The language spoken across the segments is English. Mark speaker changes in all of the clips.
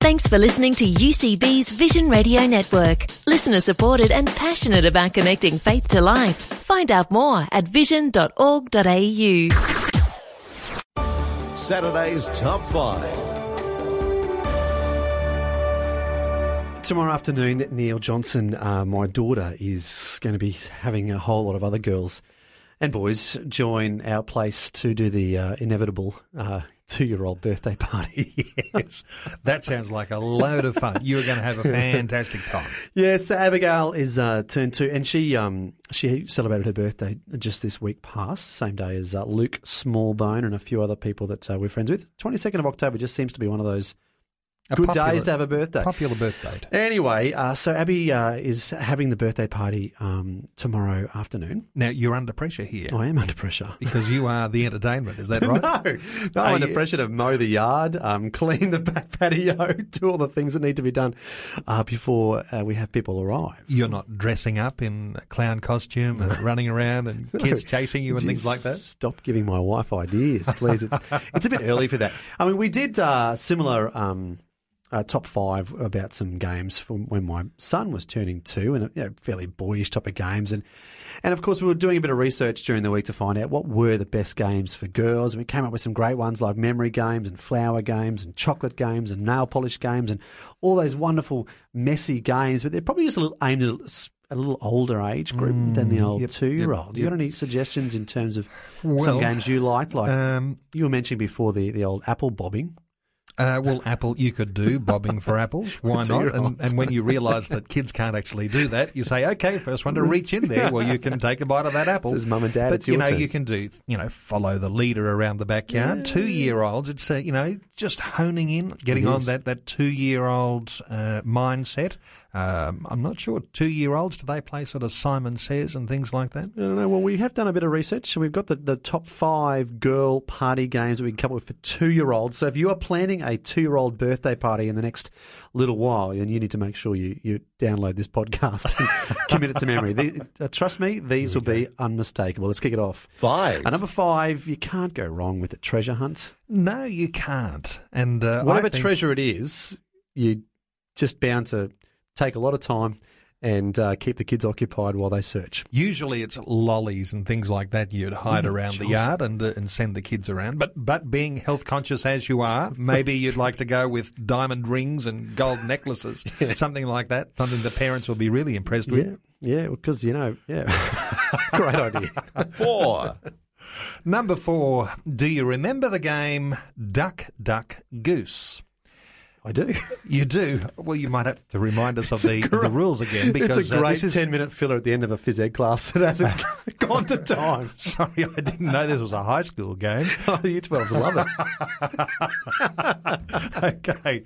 Speaker 1: Thanks for listening to UCB's Vision Radio Network. Listener supported and passionate about connecting faith to life. Find out more at vision.org.au.
Speaker 2: Saturday's Top 5.
Speaker 3: Tomorrow afternoon, Neil Johnson, uh, my daughter, is going to be having a whole lot of other girls and boys join our place to do the uh, inevitable uh, two year old birthday party.
Speaker 4: Yes, that sounds like a load of fun. You are going to have a fantastic time.
Speaker 3: yes, so Abigail is uh, turned two, and she um, she celebrated her birthday just this week past, same day as uh, Luke Smallbone and a few other people that uh, we're friends with. 22nd of October just seems to be one of those
Speaker 4: A
Speaker 3: good
Speaker 4: popular-
Speaker 3: days to have a birthday.
Speaker 4: Popular birthday.
Speaker 3: Anyway, uh, so Abby uh, is having the birthday party um, tomorrow afternoon.
Speaker 4: Now you're under pressure here
Speaker 3: I am under pressure.
Speaker 4: because you are the entertainment. Is that right?
Speaker 3: No, no,
Speaker 4: Are
Speaker 3: under
Speaker 4: you-
Speaker 3: pressure to mow the yard, um, clean the back patio, do all the things that need to be done uh, before uh, we have people arrive.
Speaker 4: You're not dressing up in a clown costume and running around and kids chasing you and things
Speaker 3: Jeez,
Speaker 4: like that.
Speaker 3: Stop giving my wife ideas, please. It's it's a bit early for that. I mean, we did uh, similar um, uh, top five about some games from when my son was turning two, and you know, fairly boyish type of games. And and of course, we were doing a bit of research during the week to find out what were the best games for girls. And we came up with some great ones like memory games and flower games and chocolate games and nail polish games and all those wonderful messy games. But they're probably just a little aimed at. A, s- a little older age group than the old
Speaker 4: Mm, yep, yep,
Speaker 3: two-year-old. you got
Speaker 4: yep.
Speaker 3: any suggestions in terms of some
Speaker 4: Well,
Speaker 3: games you liked? Like
Speaker 4: Um,
Speaker 3: you were mentioning before the, the old apple bobbing.
Speaker 4: Uh, well, apple, you could do bobbing for apples. Why not? And,
Speaker 3: Two-year-olds.
Speaker 4: and when you realise that kids can't actually do that, you say, okay, first one to reach in there. Well, you can take a bite of that apple.
Speaker 3: Mm. Says mum and dad,
Speaker 4: But
Speaker 3: it's
Speaker 4: you
Speaker 3: your
Speaker 4: know,
Speaker 3: turn.
Speaker 4: you can do you know, follow the leader around the backyard. Two-year-olds, it's uh, you know, just honing in, getting
Speaker 3: It
Speaker 4: on
Speaker 3: is.
Speaker 4: that that two-year-old's uh, mindset. Um, I'm not sure two-year-olds do they play sort of Simon Says and things like that.
Speaker 3: I don't know. Well, we have done a bit of research, and we've got the, the top five girl party games that we can come up with for two-year-olds. So if you are planning a two-year-old birthday party in the next little while, then you need to make sure you, you download this podcast and commit it to memory. The, uh, trust me, these will be unmistakable. Let's kick it off.
Speaker 2: 5.
Speaker 3: And number five, you can't go wrong with a treasure hunt.
Speaker 4: No, you can't. And uh,
Speaker 3: whatever
Speaker 4: I think-
Speaker 3: treasure it is, you just bound to take a lot of time and uh, keep the kids occupied while they search.
Speaker 4: Usually it's lollies and things like that you'd
Speaker 3: Mm,
Speaker 4: hide around the yard and uh, and send the kids around. But but being health conscious as you are, maybe you'd like to go with diamond rings and gold necklaces, something like that. Something the parents will be really impressed with.
Speaker 3: Yeah, yeah, because you know, yeah, great idea.
Speaker 2: 4.
Speaker 4: Number four. Do you remember the game Duck Duck Goose?
Speaker 3: I do.
Speaker 4: You do. Well, you might have to remind us of the, the rules again because
Speaker 3: it's a
Speaker 4: uh,
Speaker 3: great
Speaker 4: this is-
Speaker 3: ten-minute filler at the end of a phys ed class that hasn't gone to time.
Speaker 4: Sorry, I didn't know this was a high school game.
Speaker 3: Oh, the U12s love it.
Speaker 4: okay.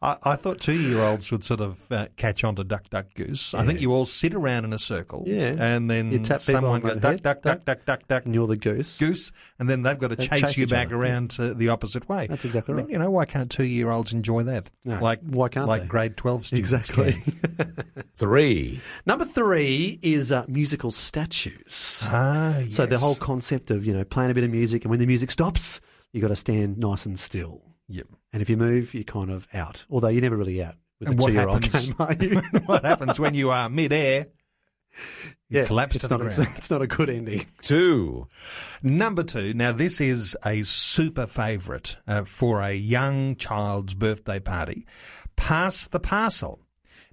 Speaker 4: I, I thought two year olds would sort of uh, catch on to duck, duck, goose. I think you all sit around in a circle.
Speaker 3: Yeah.
Speaker 4: And then
Speaker 3: You tap people
Speaker 4: someone
Speaker 3: on the
Speaker 4: goes duck,
Speaker 3: head,
Speaker 4: duck, duck, duck, duck, duck,
Speaker 3: And you're the goose.
Speaker 4: goose. And then they've got to
Speaker 3: They
Speaker 4: chase,
Speaker 3: chase
Speaker 4: you
Speaker 3: each
Speaker 4: back
Speaker 3: other,
Speaker 4: around to the opposite way.
Speaker 3: That's exactly
Speaker 4: I mean,
Speaker 3: right.
Speaker 4: you know, why can't two year olds enjoy that?
Speaker 3: No,
Speaker 4: Like,
Speaker 3: why can't
Speaker 4: Like
Speaker 3: they?
Speaker 4: grade 12 students.
Speaker 3: Exactly.
Speaker 4: can.
Speaker 2: 3.
Speaker 3: Number three is uh, musical statues.
Speaker 4: Ah,
Speaker 3: So the
Speaker 4: yes.
Speaker 3: whole concept of you know playing a bit of music, and when the music stops, you got to stand nice and still.
Speaker 4: Yep.
Speaker 3: And if you move, you're kind of out. Although you're never really out with
Speaker 4: And
Speaker 3: a
Speaker 4: what
Speaker 3: two-year-old
Speaker 4: happens-
Speaker 3: game, are you?
Speaker 4: what happens when you are mid air? You collapse
Speaker 3: it's
Speaker 4: to the
Speaker 3: not
Speaker 4: ground.
Speaker 3: A, it's not a good ending.
Speaker 2: 2.
Speaker 4: Number two. Now, this is a super favourite uh, for a young child's birthday party. Pass the parcel.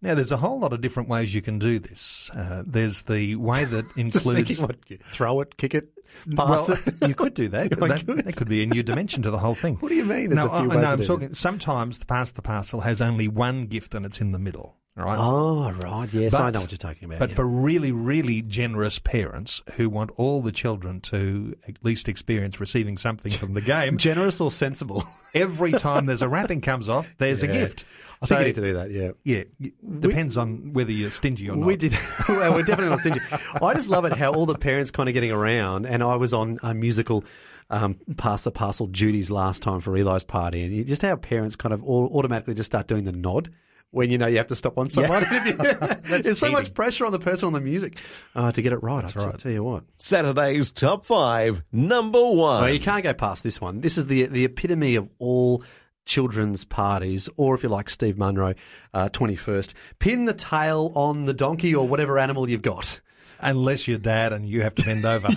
Speaker 4: Now, there's a whole lot of different ways you can do this. Uh, there's the way that
Speaker 3: Just
Speaker 4: includes.
Speaker 3: thinking, what, throw it, kick it, pass
Speaker 4: well,
Speaker 3: it.
Speaker 4: you could do that.
Speaker 3: I
Speaker 4: that,
Speaker 3: could.
Speaker 4: that could be a new dimension to the whole thing.
Speaker 3: What do you mean? There's
Speaker 4: No,
Speaker 3: a few
Speaker 4: I,
Speaker 3: ways
Speaker 4: no
Speaker 3: to
Speaker 4: I'm
Speaker 3: do
Speaker 4: talking. Sometimes the pass the parcel has only one gift and it's in the middle. All right.
Speaker 3: Oh right, yes, I
Speaker 4: But-
Speaker 3: know what you're talking about.
Speaker 4: But
Speaker 3: yeah.
Speaker 4: for really, really generous parents who want all the children to at least experience receiving something from the game,
Speaker 3: generous or sensible,
Speaker 4: every time there's a wrapping comes off, there's a
Speaker 3: Yeah.
Speaker 4: gift.
Speaker 3: I think
Speaker 4: So,
Speaker 3: you need to do that. Yeah.
Speaker 4: yeah, it depends on whether you're stingy or not.
Speaker 3: We did. well, we're definitely not stingy. I just love it how all the parents kind of getting around, and I was on a musical um, pass the parcel duties last time for Eli's party, and you, just how parents kind of all, automatically just start doing the nod. When you know you have to stop on someone, there's so much
Speaker 4: cheating.
Speaker 3: pressure on the person on the music uh, to get it right. I right. tell you what,
Speaker 2: Saturday's Top 5. Number 1.
Speaker 3: Oh, you can't go past this one. This is the the epitome of all children's parties, or if you like Steve Munro, uh, 21st. Pin the tail on the donkey or whatever animal you've got.
Speaker 4: Unless you're dad and you have to bend over.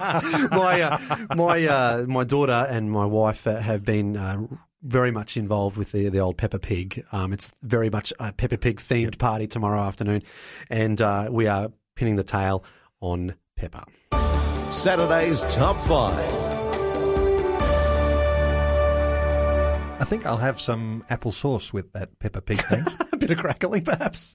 Speaker 3: my uh, my uh, my daughter and my wife uh, have been uh, very much involved with the the old Peppa Pig. Um, it's very much a Peppa Pig themed party tomorrow afternoon, and uh, we are pinning the tail on Peppa.
Speaker 2: Saturday's Top 5.
Speaker 4: I think I'll have some apple sauce with that pepper pig, thanks.
Speaker 3: a bit of crackling, perhaps.